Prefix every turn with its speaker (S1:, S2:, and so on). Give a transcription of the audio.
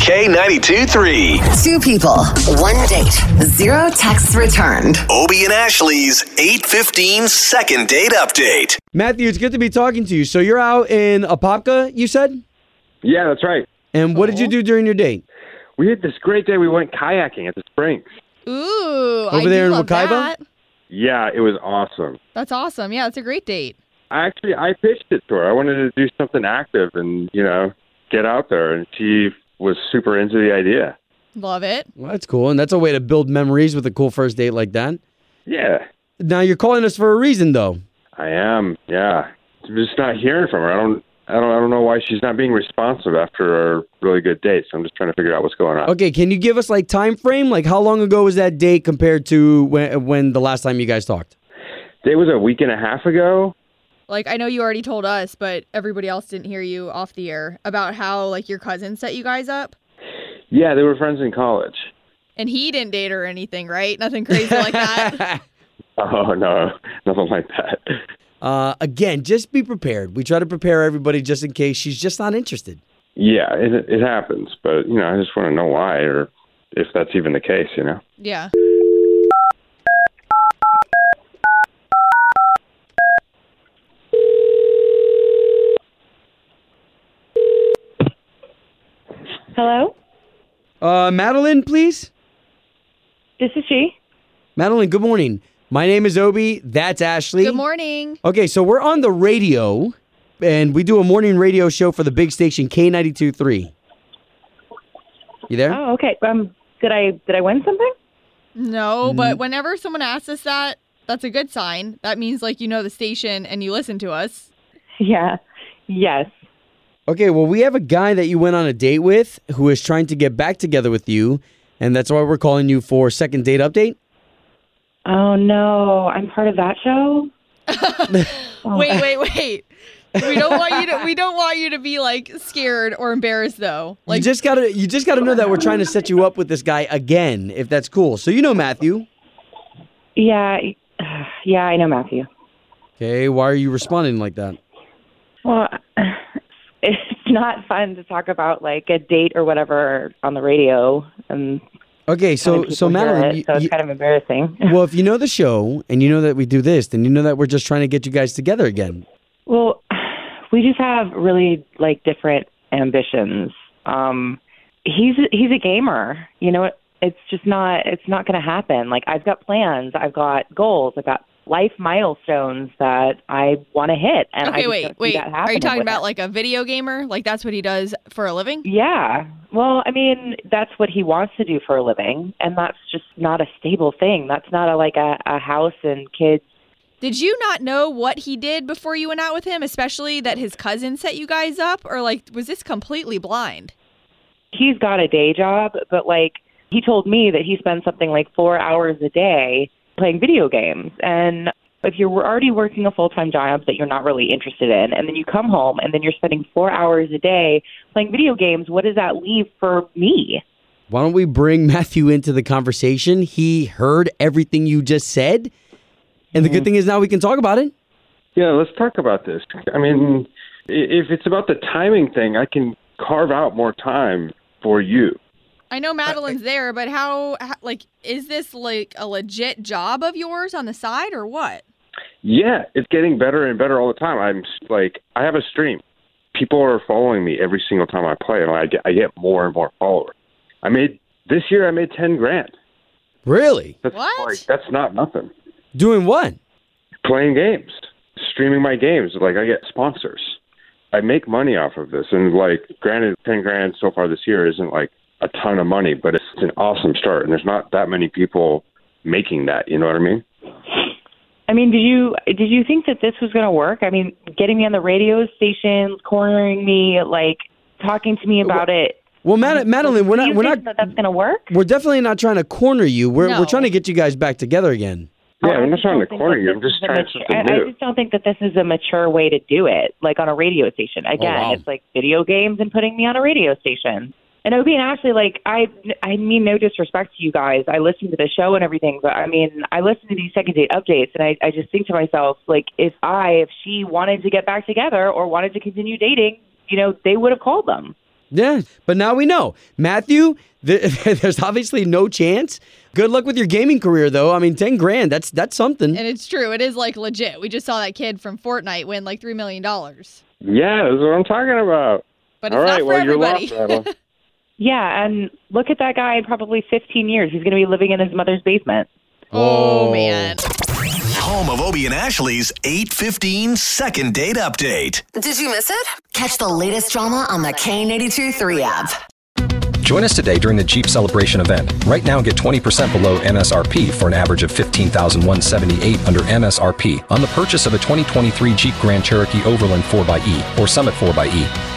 S1: K92 3.
S2: Two people, one date, zero texts returned.
S1: Obie and Ashley's 815 second date update.
S3: Matthew, it's good to be talking to you. So you're out in Apopka, you said?
S4: Yeah, that's right.
S3: And what did you do during your date?
S4: We had this great day. We went kayaking at the springs.
S5: Ooh, I
S3: Over there
S5: do
S3: in
S5: love
S3: Wakaiba?
S5: that.
S4: Yeah, it was awesome.
S5: That's awesome. Yeah, it's a great date.
S4: I actually I pitched it to her. I wanted to do something active and you know get out there, and she was super into the idea.
S5: Love it.
S3: Well, that's cool. And that's a way to build memories with a cool first date like that.
S4: Yeah,
S3: Now you're calling us for a reason though.
S4: I am. Yeah, I'm just not hearing from her. I don't. I don't, I don't know why she's not being responsive after a really good date, so I'm just trying to figure out what's going on.
S3: Okay, can you give us like time frame? Like how long ago was that date compared to when when the last time you guys talked?
S4: It was a week and a half ago.
S5: Like I know you already told us, but everybody else didn't hear you off the air about how like your cousin set you guys up.
S4: Yeah, they were friends in college.
S5: And he didn't date or anything, right? Nothing crazy like that.
S4: Oh no, nothing like that.
S3: Uh, again, just be prepared. We try to prepare everybody just in case she's just not interested.
S4: Yeah, it, it happens, but you know, I just want to know why, or if that's even the case, you know.
S5: Yeah.
S6: Hello,
S3: Uh, Madeline, please.
S6: this is she.
S3: Madeline, good morning. My name is Obi. That's Ashley.
S5: Good morning.
S3: Okay, so we're on the radio, and we do a morning radio show for the big station K92.3. You there?
S6: Oh, okay. Um, did I did I win something?
S3: Mm-hmm.
S5: No, but whenever someone asks us that, that's a good sign. That means like you know the station and you listen to us.
S6: Yeah. Yes.
S3: Okay, well, we have a guy that you went on a date with who is trying to get back together with you, and that's why we're calling you for second date update.
S6: Oh no, I'm part of that show.
S3: Oh.
S5: Wait, wait, wait. We don't want you to we don't want you to be like scared or embarrassed though.
S3: you
S5: Like
S3: just gotta, you just gotta know that we're trying to set you up with this guy again, if that's cool. So you know Matthew.
S6: Yeah. I- Yeah, I know Matthew.
S3: Okay, why are you responding like that?
S6: Well, it's not fun to talk about like a date or whatever on the radio, and
S3: Okay, so
S6: people
S3: so
S6: hear
S3: Madeline,
S6: it,
S3: you-
S6: so it's
S3: you-
S6: kind of embarrassing.
S3: well, if you know the show and you know that we do this, then you know that we're just trying to get you guys together again.
S6: Well, we just have really like different ambitions. Um, he's a, he's a gamer. You know, it, it's just not it's not going to happen. Like I've got plans, I've got goals, I've got life milestones that I want to hit, and
S5: Okay,
S6: I just
S5: wait,
S6: don't see
S5: wait.
S6: that
S5: Are you
S6: happening
S5: talking
S6: with
S5: about
S6: him.
S5: like a video gamer? Like that's what he does for a living?
S6: Yeah. Well, I mean, that's what he wants to do for a living, and that's just not a stable thing. That's not a like a, a house and kids.
S5: Did you not know what he did before you went out with him, especially that his cousin set you guys up? Or, like, was this completely blind?
S6: he's got a day job, but like he told me that he spends something like four hours a day playing video games. And if you're already working a full time job that you're not really interested in, and then you come home and then you're spending four hours a day playing video games, what does that leave for me?
S3: Why don't we bring Matthew into the conversation? He heard everything you just said, and the
S6: Mm-hmm.
S3: good thing is now we can talk about it.
S4: Yeah, let's talk about this. I mean, i- if it's about the timing thing, I can carve out more time for you.
S5: I know
S6: uh,
S5: Madeline's there, but how, how, like, is this like a legit job of yours on the side or what?
S4: Yeah, it's getting better and better all the time. I'm s- like, I have a stream. People are following me every single time I play, and I get, I get more and more followers. I made this year. I made ten grand.
S3: Really?
S4: That's
S5: What?
S4: Like, that's not nothing.
S3: Doing what?
S4: Playing games, streaming my games. Like I get sponsors. I make money off of this, and like, granted, ten grand so far this year isn't like a ton of money, but it's an awesome start. And there's not that many people making that. You know what I mean?
S6: I mean, did you did you think that this was going to work? I mean, getting me on the radio stations, cornering me, like talking to me about it
S3: Well, Mad- Madeline, we're
S6: Do
S3: not
S6: you
S3: we're
S6: think
S3: not
S6: that that's going to work?
S3: we're definitely not trying to corner you. We're
S5: No.
S3: we're trying to get you guys back together again.
S4: Yeah,
S6: Oh, I
S4: I'm not
S6: just
S4: trying to
S6: don't think
S4: corner
S6: that
S4: you.
S6: this
S4: I'm just
S6: is a
S4: trying
S6: mature-
S4: something
S6: I, I
S4: new.
S6: just don't think that this is a mature way to do it, like on a radio station.
S4: Oh,
S6: Again,
S7: wow.
S6: it's like video games and putting me on a radio station. And Obie and Ashley, like I, I mean no disrespect to you guys. I listen to the show and everything, but I mean I listen to these second date updates, and I, I just think to myself, like if I, if she wanted to get back together or wanted to continue dating, you know, they would have called them.
S3: Yeah, but now we know, Matthew. Th- there's obviously no chance. Good luck with your gaming career, though. I mean, ten grand—that's that's something.
S5: And it's true. It is like legit. We just saw that kid from Fortnite win like $3 million. But
S4: Yeah, that's what I'm talking about.
S5: it's
S4: All
S5: not
S4: right,
S5: for
S4: well,
S5: everybody.
S4: you're lost, Adam.
S6: Yeah, and look at that guy in probably 15 years. He's going to be living in his mother's basement.
S5: oh, man.
S1: Home of Obie and Ashley's 815 second date update.
S2: Did you miss it? Catch the latest drama on the K82 3 app.
S8: Join us today during the Jeep Celebration event. Right now, get 20% below MSRP for an average of 15178 under MSRP on the purchase of a 2023 Jeep Grand Cherokee Overland 4xE or Summit 4xE.